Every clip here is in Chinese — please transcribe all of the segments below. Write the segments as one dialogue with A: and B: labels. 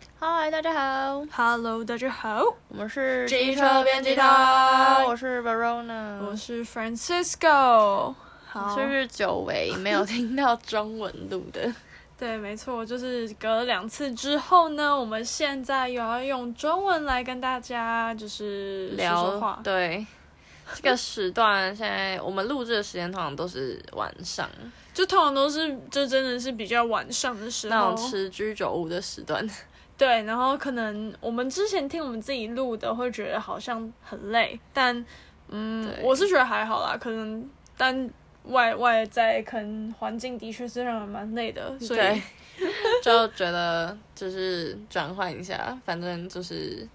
A: 家好，
B: Hello，大家好，
A: 我们是
B: 机车编辑台
A: 我是 Verona，
B: 我是 Francisco。好，
A: 这是久违没有听到中文录 的，
B: 对，没错，就是隔了两次之后呢，我们现在又要用中文来跟大家就是说说
A: 聊
B: 话。
A: 对。这个时段现在我们录制的时间通常都是晚上，
B: 就通常都是，就真的是比较晚上的时
A: 那
B: 候
A: 种吃居酒屋的时段。
B: 对，然后可能我们之前听我们自己录的，会觉得好像很累，但嗯，
A: 对
B: 我是觉得还好啦，可能但外外在可能环境的确是让人蛮累的，所以
A: 对，就觉得就是转换一下，反正就是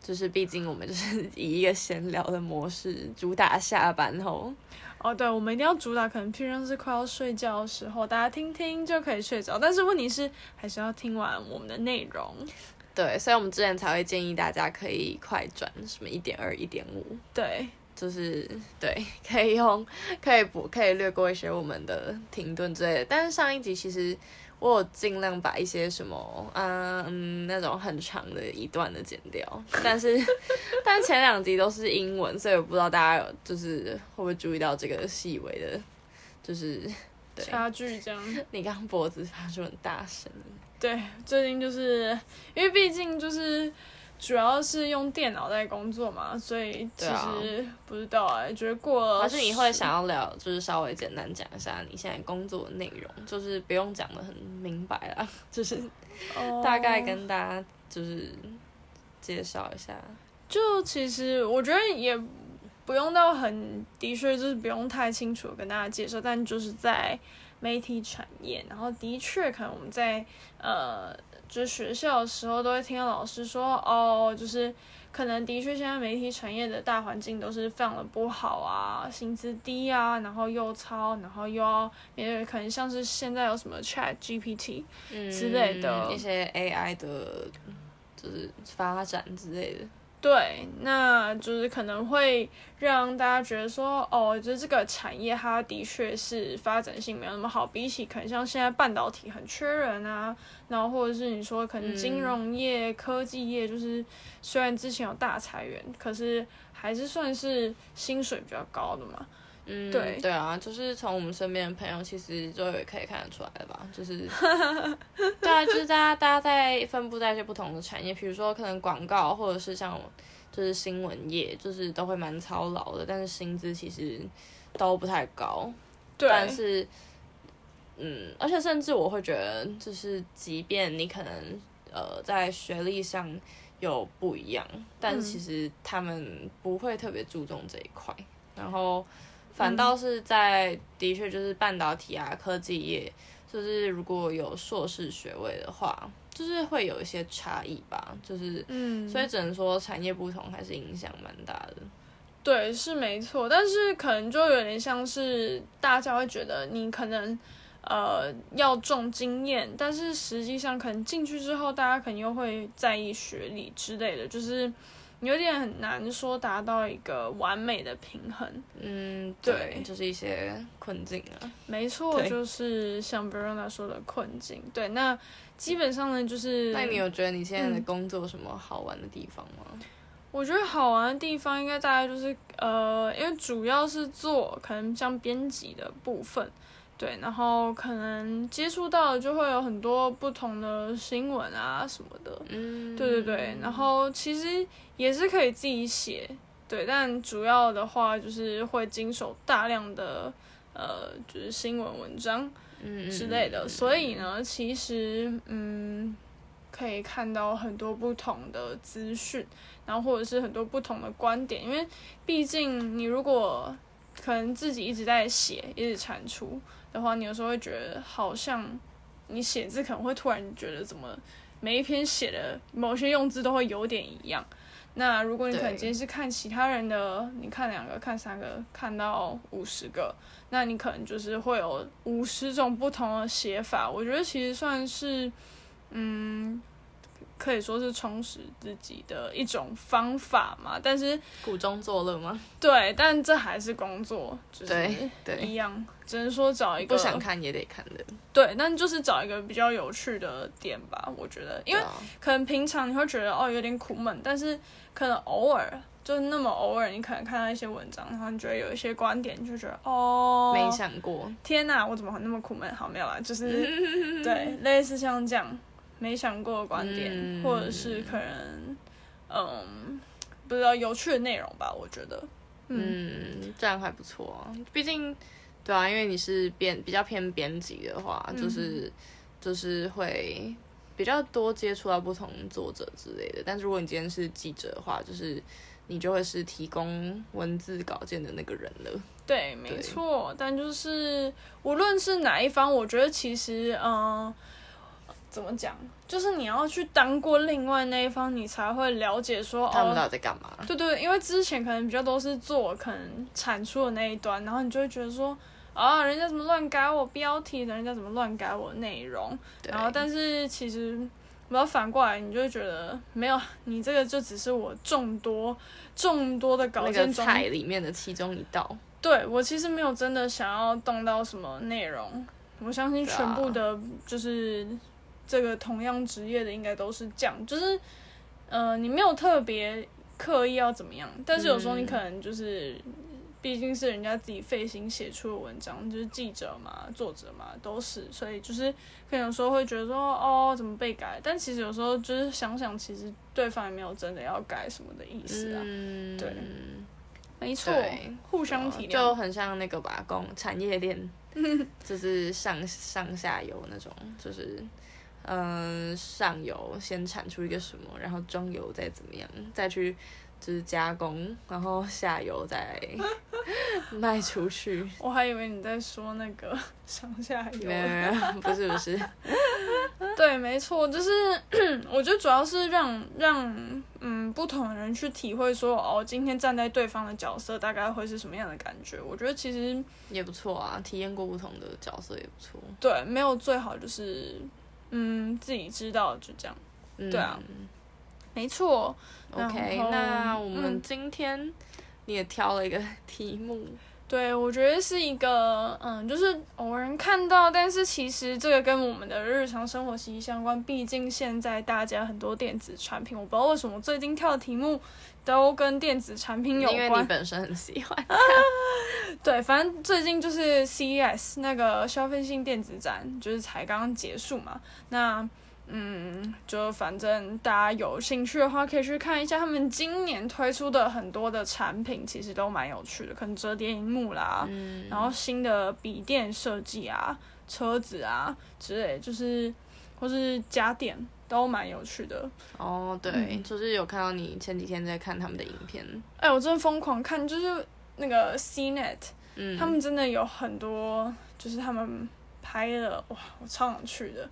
A: 就是，毕竟我们就是以一个闲聊的模式，主打下班后。
B: 哦，对，我们一定要主打，可能譬如像是快要睡觉的时候，大家听听就可以睡着。但是问题是，还是要听完我们的内容。
A: 对，所以我们之前才会建议大家可以快转什么一点二、一点五，
B: 对，
A: 就是对，可以用，可以不可以略过一些我们的停顿之类的。但是上一集其实我有尽量把一些什么，嗯嗯，那种很长的一段的剪掉。但是，但前两集都是英文，所以我不知道大家有就是会不会注意到这个细微的，就是对
B: 差距这样。
A: 你刚刚脖子发出很大声音。
B: 对， 最近就是因为毕竟就是主要是用电脑在工作嘛，所以其
A: 对啊
B: 实不知道哎、觉得过了
A: 还是你会想要聊，就是稍微简单讲一下你现在工作的内容，就是不用讲的很明白啦，就是
B: 哦
A: 大概跟大家就是介绍一下。
B: 就其实我觉得也不用到很，的确就是不用太清楚地跟大家介绍，但就是在媒体产业，然后的确可能我们在呃，就是学校的时候都会听到老师说，哦，就是可能的确现在媒体产业的大环境都是非常的不好啊，薪资低啊，然后又超，然后又要面对可能像是现在有什么 Chat GPT，
A: 嗯
B: 之类的
A: 一些 AI 的，就是发展之类的。
B: 对，那就是可能会让大家觉得说，哦，就是这个产业它的确是发展性没有那么好，比起可能像现在半导体很缺人啊，然后或者是你说可能
A: 嗯
B: 金融业、科技业，就是虽然之前有大裁员，可是还是算是薪水比较高的嘛。
A: 嗯，
B: 对
A: 对啊，就是从我们身边的朋友，其实就也可以看得出来了吧，就是，对啊，就是大家大家在分布在一些不同的产业，比如说可能广告，或者是像就是新闻业，就是都会蛮操劳的，但是薪资其实都不太高，
B: 对，
A: 但是，嗯，而且甚至我会觉得，就是即便你可能呃在学历上有不一样，但是
B: 嗯
A: 其实他们不会特别注重这一块，然后反
B: 嗯
A: 倒是在、的确就是半导体啊、科技业，就是如果有硕士学位的话，就是会有一些差异吧，就是。
B: 嗯，
A: 所以只能说产业不同还是影响蛮大的。
B: 对，是没错，但是可能就有点像是大家会觉得你可能呃要重经验，但是实际上可能进去之后，大家可能又会在意学历之类的，就是有点很难说达到一个完美的平衡。
A: 嗯，
B: 对
A: 对，就是一些困境啊。
B: 没错，
A: 对
B: 就是像 Verona 说的困境。对，那基本上呢，就是
A: 那你有觉得你现在的
B: 嗯
A: 工作有什么好玩的地方吗？
B: 我觉得好玩的地方应该大概就是呃，因为主要是做可能像编辑的部分，对，然后可能接触到的就会有很多不同的新闻啊什么的，
A: 嗯，
B: 对对对，然后其实也是可以自己写，对，但主要的话就是会经手大量的呃就是新闻文章
A: 嗯
B: 之类的，所以呢，其实嗯。可以看到很多不同的资讯，然后或者是很多不同的观点，因为毕竟你如果可能自己一直在写、一直产出的话，你有时候会觉得好像你写字可能会突然觉得怎么每一篇写的某些用字都会有点一样。那如果你可能
A: 对
B: 今天是看其他人的，你看两个、看三个、看到五十个，那你可能就是会有五十种不同的写法。我觉得其实算是，嗯，可以说是充实自己的一种方法嘛。但是
A: 苦中作乐吗？
B: 对，但这还是工作，就是
A: 对对，
B: 一样，只能说找一个
A: 不想看也得看的，
B: 对，但就是找一个比较有趣的点吧。我觉得，因为
A: 对啊
B: 可能平常你会觉得哦有点苦闷，但是可能偶尔就是那么偶尔，你可能看到一些文章，然后你觉得有一些观点，你就觉得哦，
A: 没想过，
B: 天哪，我怎么会那么苦闷？好，没有啦，就是 对，类似像这样没想过的观点，
A: 嗯
B: 或者是可能嗯，不知道有趣的内容吧。我觉得，嗯，
A: 嗯，这样还不错啊。毕竟，对啊，因为你是编比较偏编辑的话，
B: 嗯
A: 就是、就是会比较多接触到不同作者之类的。但是如果你今天是记者的话，就是你就会是提供文字稿件的那个人了。
B: 对，没错。但就是无论是哪一方，我觉得其实嗯。怎么讲？就是你要去当过另外那一方，你才会了解说
A: 他们
B: 哦，
A: 到底在干嘛？
B: 对对，因为之前可能比较都是做可能产出的那一端，然后你就会觉得说，啊，人家怎么乱改我标题，人家怎么乱改我内容，
A: 对，
B: 然后但是其实，然后反过来你就会觉得没有，你这个就只是我众多众多的稿
A: 那个
B: 件中，
A: 菜里面的其中一道，
B: 对我其实没有真的想要动到什么内容，我相信
A: 对啊
B: 全部的就是这个同样职业的应该都是这样，就是呃，你没有特别刻意要怎么样，但是有时候你
A: 嗯
B: 可能就是。毕竟是人家自己费心写出的文章，就是记者嘛、作者嘛都是，所以就是可能有时候会觉得说哦怎么被改，但其实有时候就是想想，其实对方也没有真的要改什么的意思啊，
A: 嗯，
B: 对没错
A: 对，啊
B: 互相体谅，
A: 哦就很像那个吧，工产业链， 就是上上下游那种，就是嗯、上游先产出一个什么，然后中游再怎么样，再去就是加工，然后下游 再卖出去。
B: 我还以为你在说那个 上下
A: 没有
B: 游。
A: 没有， 不是不是，
B: 对，没错，就是 我觉得主要是让让嗯不同的人去体会说哦，今天站在对方的角色大概会是什么样的感觉。我觉得其实
A: 也不错啊，体验过不同的角色也不错。
B: 对没有最好，就是嗯自己知道就这样。
A: 嗯、
B: 对啊没错，
A: ，OK，
B: 然后
A: 那我
B: 嗯
A: 们今天你也挑了一个题目，
B: 对，我觉得是一个，嗯，就是偶然看到，但是其实这个跟我们的日常生活息息相关。毕竟现在大家很多电子产品，我不知道为什么最近跳的题目都跟电子产品
A: 因
B: 有
A: 为你
B: 关。
A: 本身很喜欢。
B: 对，反正最近就是 CES 那个消费性电子展，就是才刚刚结束嘛。那嗯，就反正大家有兴趣的话，可以去看一下他们今年推出的很多的产品，其实都蛮有趣的，可能折叠荧幕啦，
A: 嗯
B: 然后新的笔电设计啊、车子啊之类，就是或是家电都蛮有趣的。
A: 哦，对，
B: 嗯
A: 就是有看到你前几天在看他们的影片，
B: 哎、我真的疯狂看，就是那个 CNET，
A: 嗯，
B: 他们真的有很多，就是他们拍了，哇，我超想去的。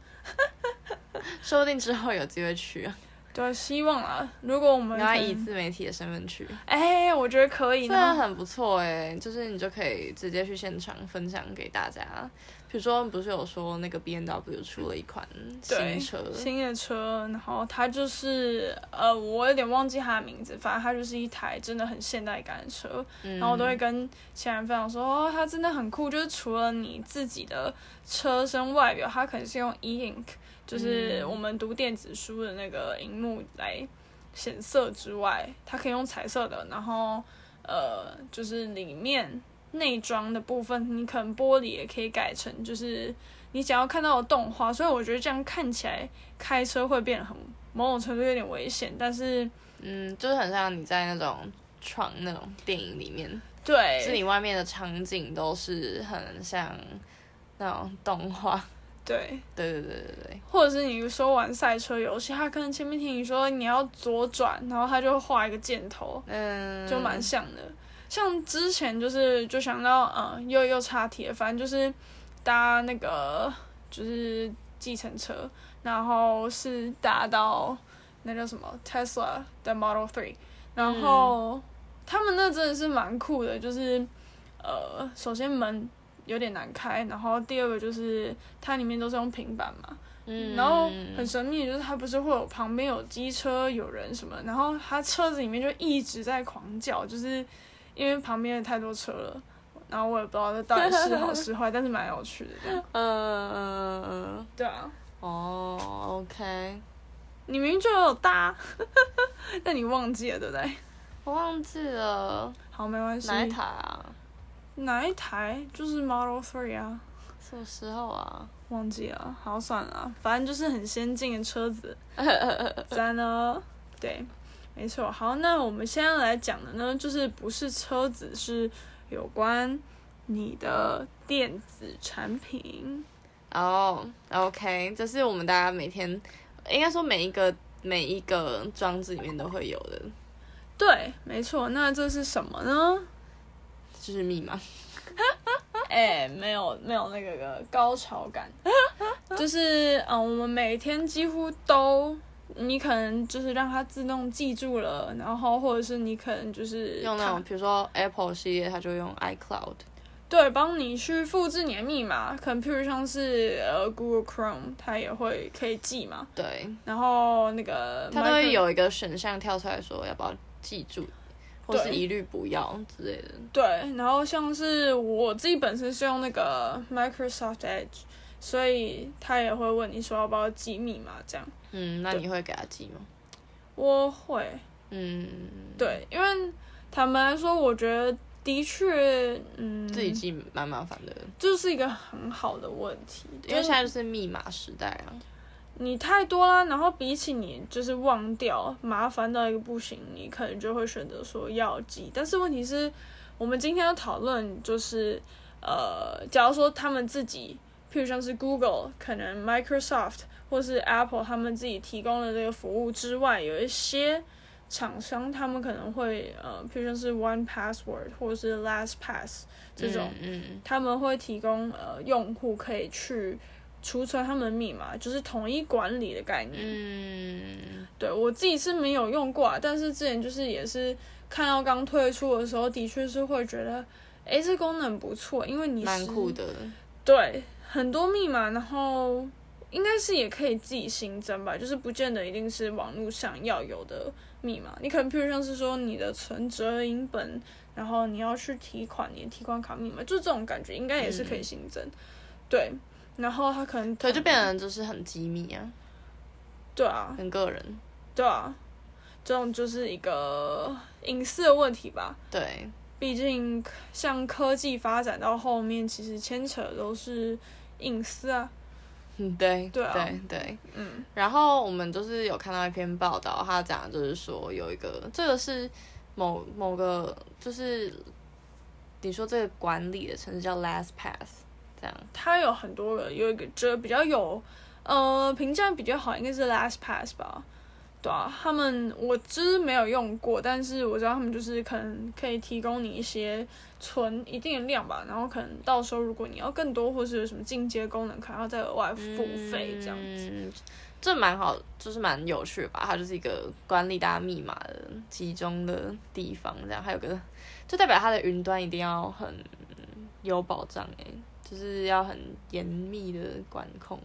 A: 说不定之后有机会去啊，
B: 对，希望啊，如果我们
A: 然后
B: 可能
A: 以自媒体的身份去，
B: 哎、我觉得可以
A: 真的
B: 呢。
A: 很不错哎、就是你就可以直接去现场分享给大家。比如说，不是有说那个 B N W 出了一款新
B: 对
A: 车，
B: 新的车，然后它就是呃，我有点忘记它的名字，反正它就是一台真的很现代感的车。
A: 嗯
B: 然后我都会跟其他人分享说，哦，它真的很酷，就是除了你自己的车身外表，它可能是用 e ink，就是
A: 嗯
B: 我们读电子书的那个荧幕来显色之外，它可以用彩色的，然后呃，就是里面内装的部分，你可能玻璃也可以改成就是你想要看到的动画，所以我觉得这样看起来开车会变得很某种程度有点危险，但是
A: 嗯，就是很像你在那种床那种电影里面，
B: 对，
A: 是你外面的场景都是很像那种动画，
B: 对。
A: 对对对对对，
B: 或者是你说玩赛车游戏，他可能前面听你说你要左转，然后他就画一个箭头，
A: 嗯，
B: 就蛮像的。像之前就是就想到，嗯，又又岔题了，反正就是搭那个就是计程车，然后是搭到那叫什么 Tesla 的 Model Three，然后、他们那真的是蛮酷的，就是呃，首先门有点难开，然后第二个就是它里面都是用平板嘛，
A: 嗯
B: 然后很神秘，就是它不是会有旁边有机车有人什么，然后它车子里面就一直在狂叫，就是因为旁边有太多车了，然后我也不知道这到底是好是坏，但是蛮有趣的 这样。
A: 嗯嗯嗯，
B: 对啊，
A: 哦，OK，
B: 你明明就有搭， 但你忘记了对不对？
A: 我忘记了
B: 好，没关系。
A: 哪一台啊？
B: 哪一台？就是 Model Three 啊，
A: 什么时候啊？
B: 忘记了。好，算了，啊反正就是很先进的车 子。赞哦，对，没错。好，那我们现在来讲的呢，就是不是车子，是有关你的电子产品。
A: 哦、o k 这是我们大家每天，应该说每一个每一个装置里面都会有的，
B: 对，没错。那这是什么呢？
A: 就是密码。
B: 哎、没有没有那个个高潮 感，就是嗯，我们每天几乎都，你可能就是让它自动记住了，然后或者是你可能就是
A: 用那
B: 它
A: 种，比如说 Apple 系列，它就用 iCloud。
B: 对，帮你去复制你的密码，可能譬如像是呃 Google Chrome，它也会可以记嘛，
A: 对，
B: 然后那个
A: 它都会
B: Micro-
A: 有一个选项跳出来说要不要记住，或是
B: 对
A: 一律不要之类的。
B: 对，然后像是我自己本身是用那个 Microsoft Edge，所以它也会问你说要不要记密码这样，
A: 嗯，那
B: 对
A: 你会给它记吗？
B: 我会。
A: 嗯，
B: 对，因为坦白说，我觉得的确，嗯，
A: 自己记蛮麻烦的，
B: 这是一个很好的问题，
A: 因为现在就是密码时代啊。
B: 你太多啦，然后比起你就是忘掉，麻烦到一个不行，你可能就会选择说要记。但是问题是，我们今天要讨论就是，呃，假如说他们自己，譬如像是 Google、可能 Microsoft 或是 Apple 他们自己提供的这个服务之外，有一些厂商他们可能会，呃，譬如像是 One Password 或是 LastPass 这种。
A: 嗯，嗯
B: 他们会提供呃用户可以去储存他们的密码，就是统一管理的概念。
A: 嗯，
B: 对我自己是没有用过、啊，但是之前就是也是看到刚推出的时候，的确是会觉得，诶，这功能不错，因为你
A: 蛮
B: 是
A: 酷的。
B: 对，很多密码，然后应该是也可以自己新增吧，就是不见得一定是网络上要有的密码。你可能譬如像是说你的存折银本，然后你要去提款，你的提款卡密码，就这种感觉应该也是可以新增。对，然后它可能
A: 对，就变成就是很机密啊，
B: 对啊，
A: 很个人。
B: 对啊，这种就是一个隐私的问题吧。
A: 对，
B: 毕竟像科技发展到后面，其实牵扯的都是隐私啊。
A: 嗯，对，
B: 对啊
A: 对对。
B: 嗯，
A: 然后我们就是有看到一篇报道，他讲的就是说有一个，这个是某某个，就是你说这个管理的城市叫 LastPass，这样，
B: 它有很多个，有一个这比较有，呃，评价比较好，应该是 LastPass 吧。对啊，他们我知没有用过，但是我知道他们就是可能可以提供你一些存一定的量吧，然后可能到时候如果你要更多或是有什么进阶功能，可能要再额外付费这样子。
A: 嗯，这蛮好，就是蛮有趣的吧。它就是一个管理大家密码的集中的地方，这样还有个，就代表它的云端一定要很有保障哎、就是要很严密的管控。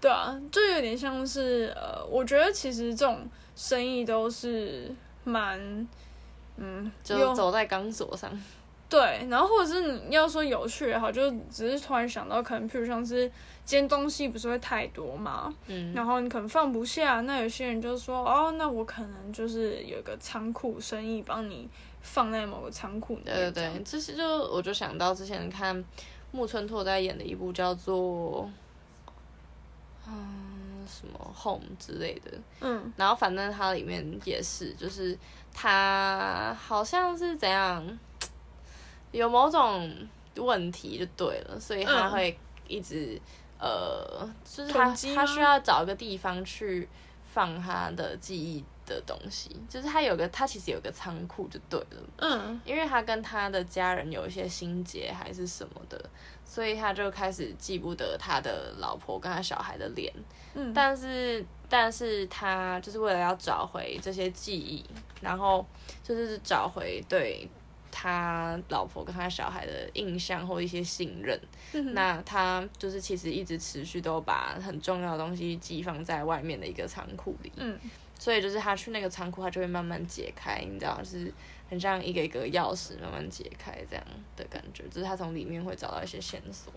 B: 对啊，就有点像是呃，我觉得其实这种生意都是呃蛮，嗯，
A: 就
B: 有
A: 走在钢索上，
B: 对，然后或者是你要说有趣也好，就只是突然想到，可能譬如像是今天东西不是会太多嘛，
A: 嗯，
B: 然后你可能放不下，那有些人就说，哦，那我可能就是有一个仓库生意帮你放在某个仓库里面，
A: 对对
B: 这样
A: 对，这是就我就想到之前看木村拓哉演的一部叫做，嗯什么 Home 之类的，
B: 嗯，
A: 然后反正它里面也是，就是他好像是怎样，有某种问题就对了，所以他
B: 嗯
A: 会一直、呃，就是他
B: 囤积
A: 他
B: 吗
A: 需要找一个地方去放他的记忆的东西，就是他有个他其实有个仓库就对了。
B: 嗯，
A: 因为他跟他的家人有一些心结还是什么的，所以他就开始记不得他的老婆跟他小孩的脸。
B: 嗯
A: 但是但是他就是为了要找回这些记忆，然后就是找回对他他老婆跟他小孩的印象或一些信任。
B: 嗯哼
A: 那他就是其实一直持续都把很重要的东西寄放在外面的一个仓库里，
B: 嗯
A: 所以就是他去那个仓库，他就会慢慢解开，你知道，就是很像一个一个钥匙慢慢解开这样的感觉，就是他从里面会找到一些线索。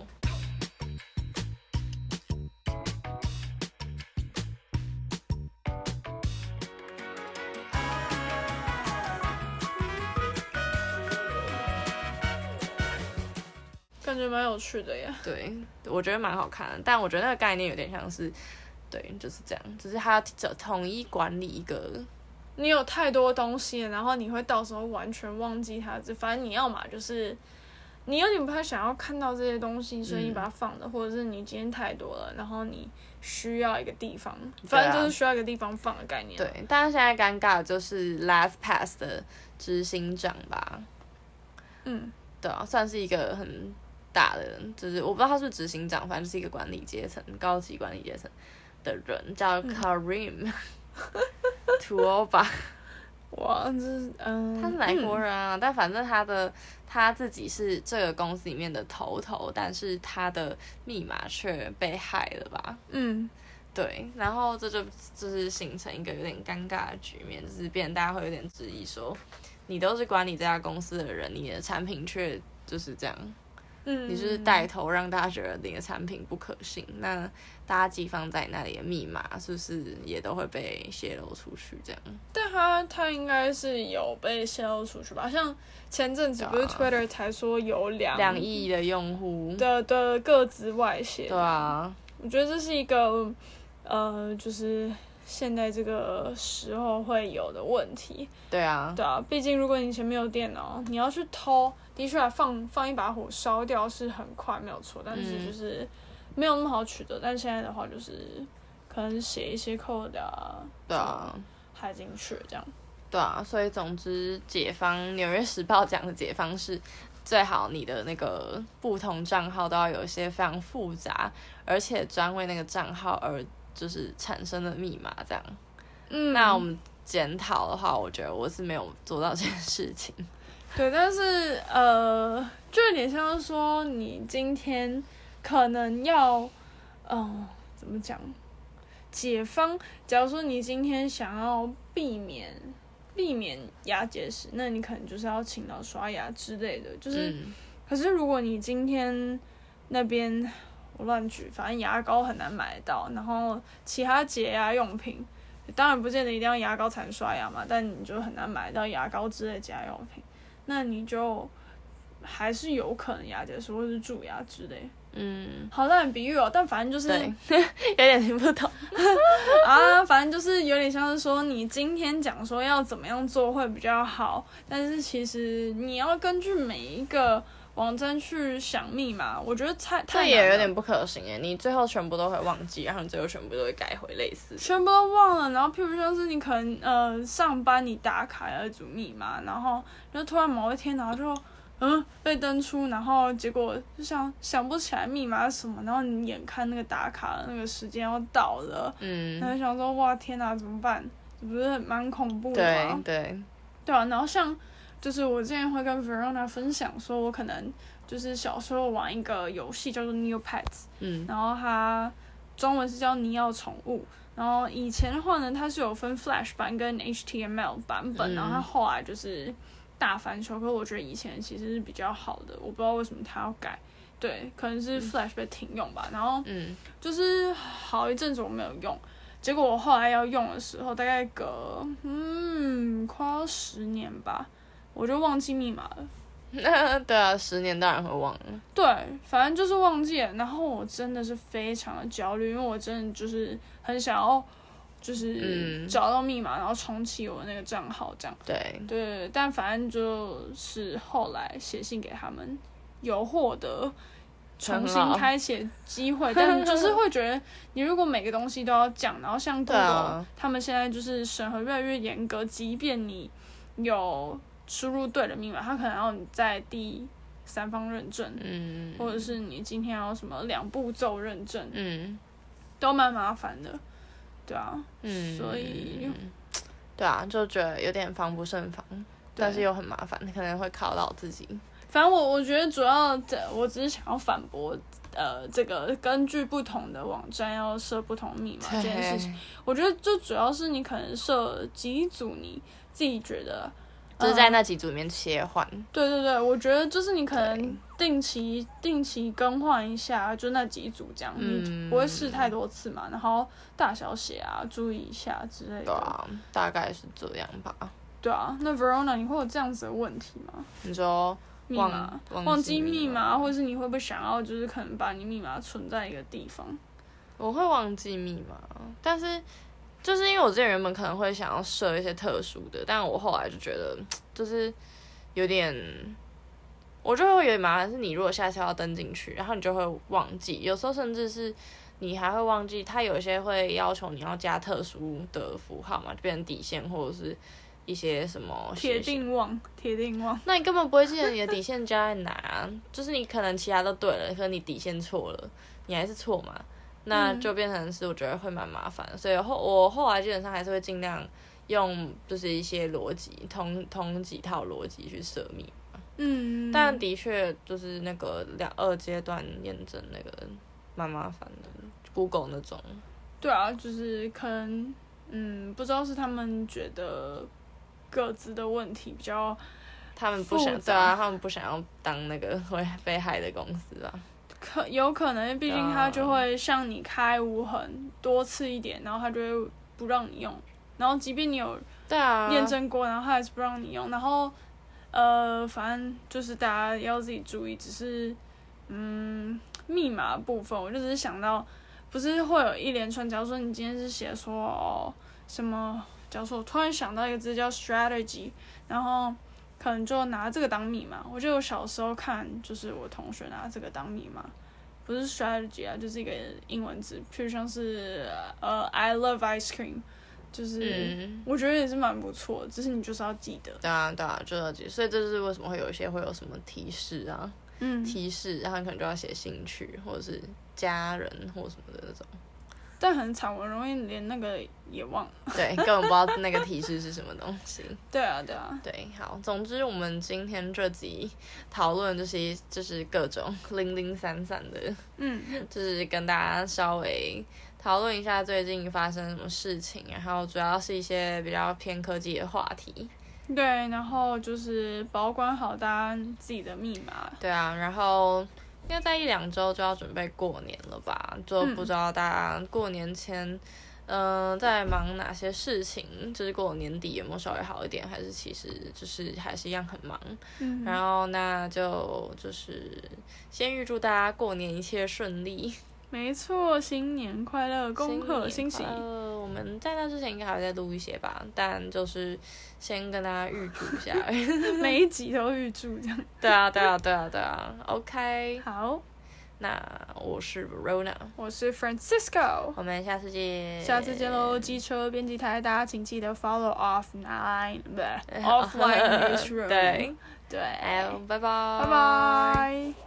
B: 感觉蛮有趣的耶。
A: 对，我觉得蛮好看的，但我觉得那个概念有点像是，对，就是这样，只是他统统一管理一个，
B: 你有太多东西了，然后你会到时候完全忘记它。这反正你要嘛就是，你有点不太想要看到这些东西，所以你
A: 嗯
B: 把它放了，或者是你今天太多了，然后你需要一个地方，反正就是需要一个地方放的概念。
A: 啊
B: 啊
A: 对，但是现在尴尬的就是 Last Pass 的执行长吧，
B: 嗯，
A: 对啊，算是一个很大的人，就是我不知道他是不是执行长，反正就是一个管理阶层、高级管理阶层的人，叫 Karim 图欧巴，
B: 哇，这是嗯，
A: 他是哪一国
B: 嗯
A: 人啊？但反正他的他自己是这个公司里面的头头，但是他的密码却被害了吧？
B: 嗯，
A: 对，然后这就就是形成一个有点尴尬的局面，就是变成大家会有点质疑说，你都是管理这家公司的人，你的产品却就是这样。
B: 嗯，
A: 你就是带头让大家觉得你的产品不可信，那大家寄放在那里的密码是不是也都会被泄露出去？这样，
B: 但他他应该是有被泄露出去吧？像前阵子不是
A: 对啊
B: Twitter 才说有两
A: 两亿的用户，
B: 的的各自外泄，
A: 对啊，
B: 我觉得这是一个呃，就是现在这个时候会有的问题。
A: 对啊，
B: 对啊，毕竟如果你以前没有电脑，你要去偷，的确啊放放一把火烧掉是很快没有错，但是
A: 嗯
B: 就是没有那么好取得。但现在的话，就是可能写一些 code 啊，
A: 对啊，
B: 害进去这样。
A: 对啊，所以总之，解方《纽约时报》讲的解方是。最好你的那个不同账号都要有一些非常复杂，而且专为那个账号而就是产生的密码这样。
B: 嗯
A: 那我们检讨的话，我觉得我是没有做到这件事情。
B: 对，但是呃，就有点像是说你今天可能要，嗯、怎么讲？解方，假如说你今天想要避免避免牙结石，那你可能就是要勤劳刷牙之类的。就是，
A: 嗯
B: 可是如果你今天那边我乱举，反正牙膏很难买到，然后其他洁牙用品，当然不见得一定要牙膏才能刷牙嘛，但你就很难买到牙膏之类的洁牙用品，那你就还是有可能牙结石或是蛀牙之类。
A: 嗯，
B: 好烂的比喻哦，但反正就是
A: 对，有点听不懂。
B: 啊，反正就是有点像是说，你今天讲说要怎么样做会比较好，但是其实你要根据每一个网站去想密码，我觉得太
A: 这
B: 太
A: 也
B: 难
A: 有
B: 了
A: 点不可行哎，你最后全部都会忘记，然后你最后全部都会改回类似的。
B: 全部都忘了。然后譬如像是你可能呃上班你打卡要一组密码，然后就突然某一天，然后就嗯被登出，然后结果就想想不起来密码是什么，然后你眼看那个打卡的那个时间要到了，然
A: 嗯，
B: 后想说哇天哪、怎么办？这不是蛮恐怖的吗
A: 对？对，
B: 对啊，然后像就是我之前会跟 Verona 分享说，我可能就是小时候玩一个游戏叫做 Neopets，
A: 嗯
B: 然后它中文是叫你要宠物。然后以前的话呢，它是有分 Flash 版跟 HTML 版
A: 嗯
B: 本，然后它后来就是大翻修。可是我觉得以前其实是比较好的，我不知道为什么它要改。对，可能是 Flash 被停用吧。然后
A: 嗯，
B: 就是好一阵子我没有用，结果我后来要用的时候，大概隔嗯快要十年吧，我就忘记密码了。
A: 那 对啊，十年当然会忘了。
B: 对，反正就是忘记了。然后我真的是非常的焦虑，因为我真的就是很想要，就是
A: 嗯
B: 找到密码，然后重启我那个账号这样。
A: 对，
B: 对，但反正就是后来写信给他们，有获得重
A: 很
B: 新
A: 好
B: 开启的 机会，但就是会觉得你如果每个东西都要讲，然后像 g
A: 对
B: o
A: 啊
B: 他们现在就是审核越来越严格，即便你有输入对的密码，他可能要你在第三方认证，
A: 嗯
B: 或者是你今天要什么两步骤认证，
A: 嗯
B: 都蛮麻烦的，对啊，
A: 嗯，
B: 所以
A: 对啊，就觉得有点防不胜防。但是又很麻烦，可能会考到自己。
B: 反正我我觉得主要的，我只是想要反驳，呃，这个根据不同的网站要设不同密码这件事情，我觉得就主要是你可能设几组你自己觉得，
A: 就是
B: 嗯
A: 在那几组里面切换。
B: 对对对，我觉得就是你可
A: 对
B: 能定期定期更换一下，就那几组这样，
A: 嗯
B: 你不会试太多次嘛，然后大小写啊，注意一下之类
A: 对
B: 的。
A: 啊，大概是这样吧。
B: 对啊，那 Verona 你会有这样子的问题吗？
A: 你说
B: 密
A: 忘
B: 码
A: 忘
B: 忘
A: 记
B: 记
A: 密
B: 密
A: 码
B: 码，或是你会不会想要就是可能把你密码存在一个地方？
A: 哦我会忘记密码，但是就是因为我之前原本可能会想要设一些特殊的，但我后来就觉得就是有点，我就会有点麻烦。是你如果下次要登进去，然后你就会忘记，有时候甚至是你还会忘记，它有一些会要求你要加特殊的符号嘛，就变成底线或者是一些什么
B: 铁
A: 斜线
B: 定忘，铁定忘。
A: 那你根本不会记得你的底线加在哪，就是你可能其他都对了，可是你底线错了，你还是错嘛，那就变成是我觉得会蛮麻烦的，所以后我后来基本上还是会尽量用就是一些逻辑同同几套逻辑去设密，
B: 嗯，
A: 但的确就是那个两二阶段验证那个蛮麻烦的，Google 那种，
B: 对啊，就是可能，嗯，不知道是他们觉得各自的问题比较，
A: 他们不想
B: 复
A: 对
B: 杂
A: 啊，他们不想要当那个会被害的公司吧。
B: 可有可能，毕竟他就会向你开无痕多次一点，然后他就会不让你用，然后即便你有
A: 对啊，
B: 验证过，然后他还是不让你用，然后，呃，反正就是大家要自己注意，只是，嗯，密码的部分，我就只是想到，不是会有一连串，假如说你今天是写说哦什么，假如说我突然想到一个字叫 strategy，然后可能就拿这个当密码，我就我小时候看就是我同学拿这个当密码。不是 strategy 啊，就是一个英文字，譬如像是呃，I love ice cream，就是、
A: 嗯。
B: 我觉得也是蛮不错的，只是你就是要记得，
A: 对啊，对啊，就要记，所以这就是为什么会有一些会有什么提示啊，
B: 嗯
A: 提示，然后你可能就要写兴趣或者是家人或什么的那种，
B: 但很惨，我容易连那个也忘了。
A: 对，根本不知道那个提示是什么东西。
B: 对啊，对啊，
A: 对，好，总之我们今天这集讨论就是就是各种零零散散的，
B: 嗯，
A: 就是跟大家稍微讨论一下最近发生什么事情，然后主要是一些比较偏科技的话题。
B: 对，然后就是保管好大家自己的密码。
A: 对啊，然后应该在一两周就要准备过年了吧？就
B: 嗯
A: 不知道大家过年前，嗯、在忙哪些事情？就是过年底有没有稍微好一点，还是其实就是还是一样很忙？
B: 嗯，
A: 然后那就就是先预祝大家过年一切顺利，
B: 没错，新年快乐，恭贺
A: 新
B: 新
A: 年
B: 喜
A: 快。乐！我们在那之前应该还会再录一些吧，但就是先跟大家预祝一下。
B: 每一集都预祝这样。
A: 对啊，对啊，对啊，对啊。OK，
B: 好，
A: 那我是 Rona。
B: 我是 Francisco，
A: 我们下次见，
B: 下次见喽！机车编辑台，大家请记得 follow offline 不对
A: 好
B: offline newsroom。
A: 对，
B: 对，
A: 哎哎，拜拜，
B: 拜。拜。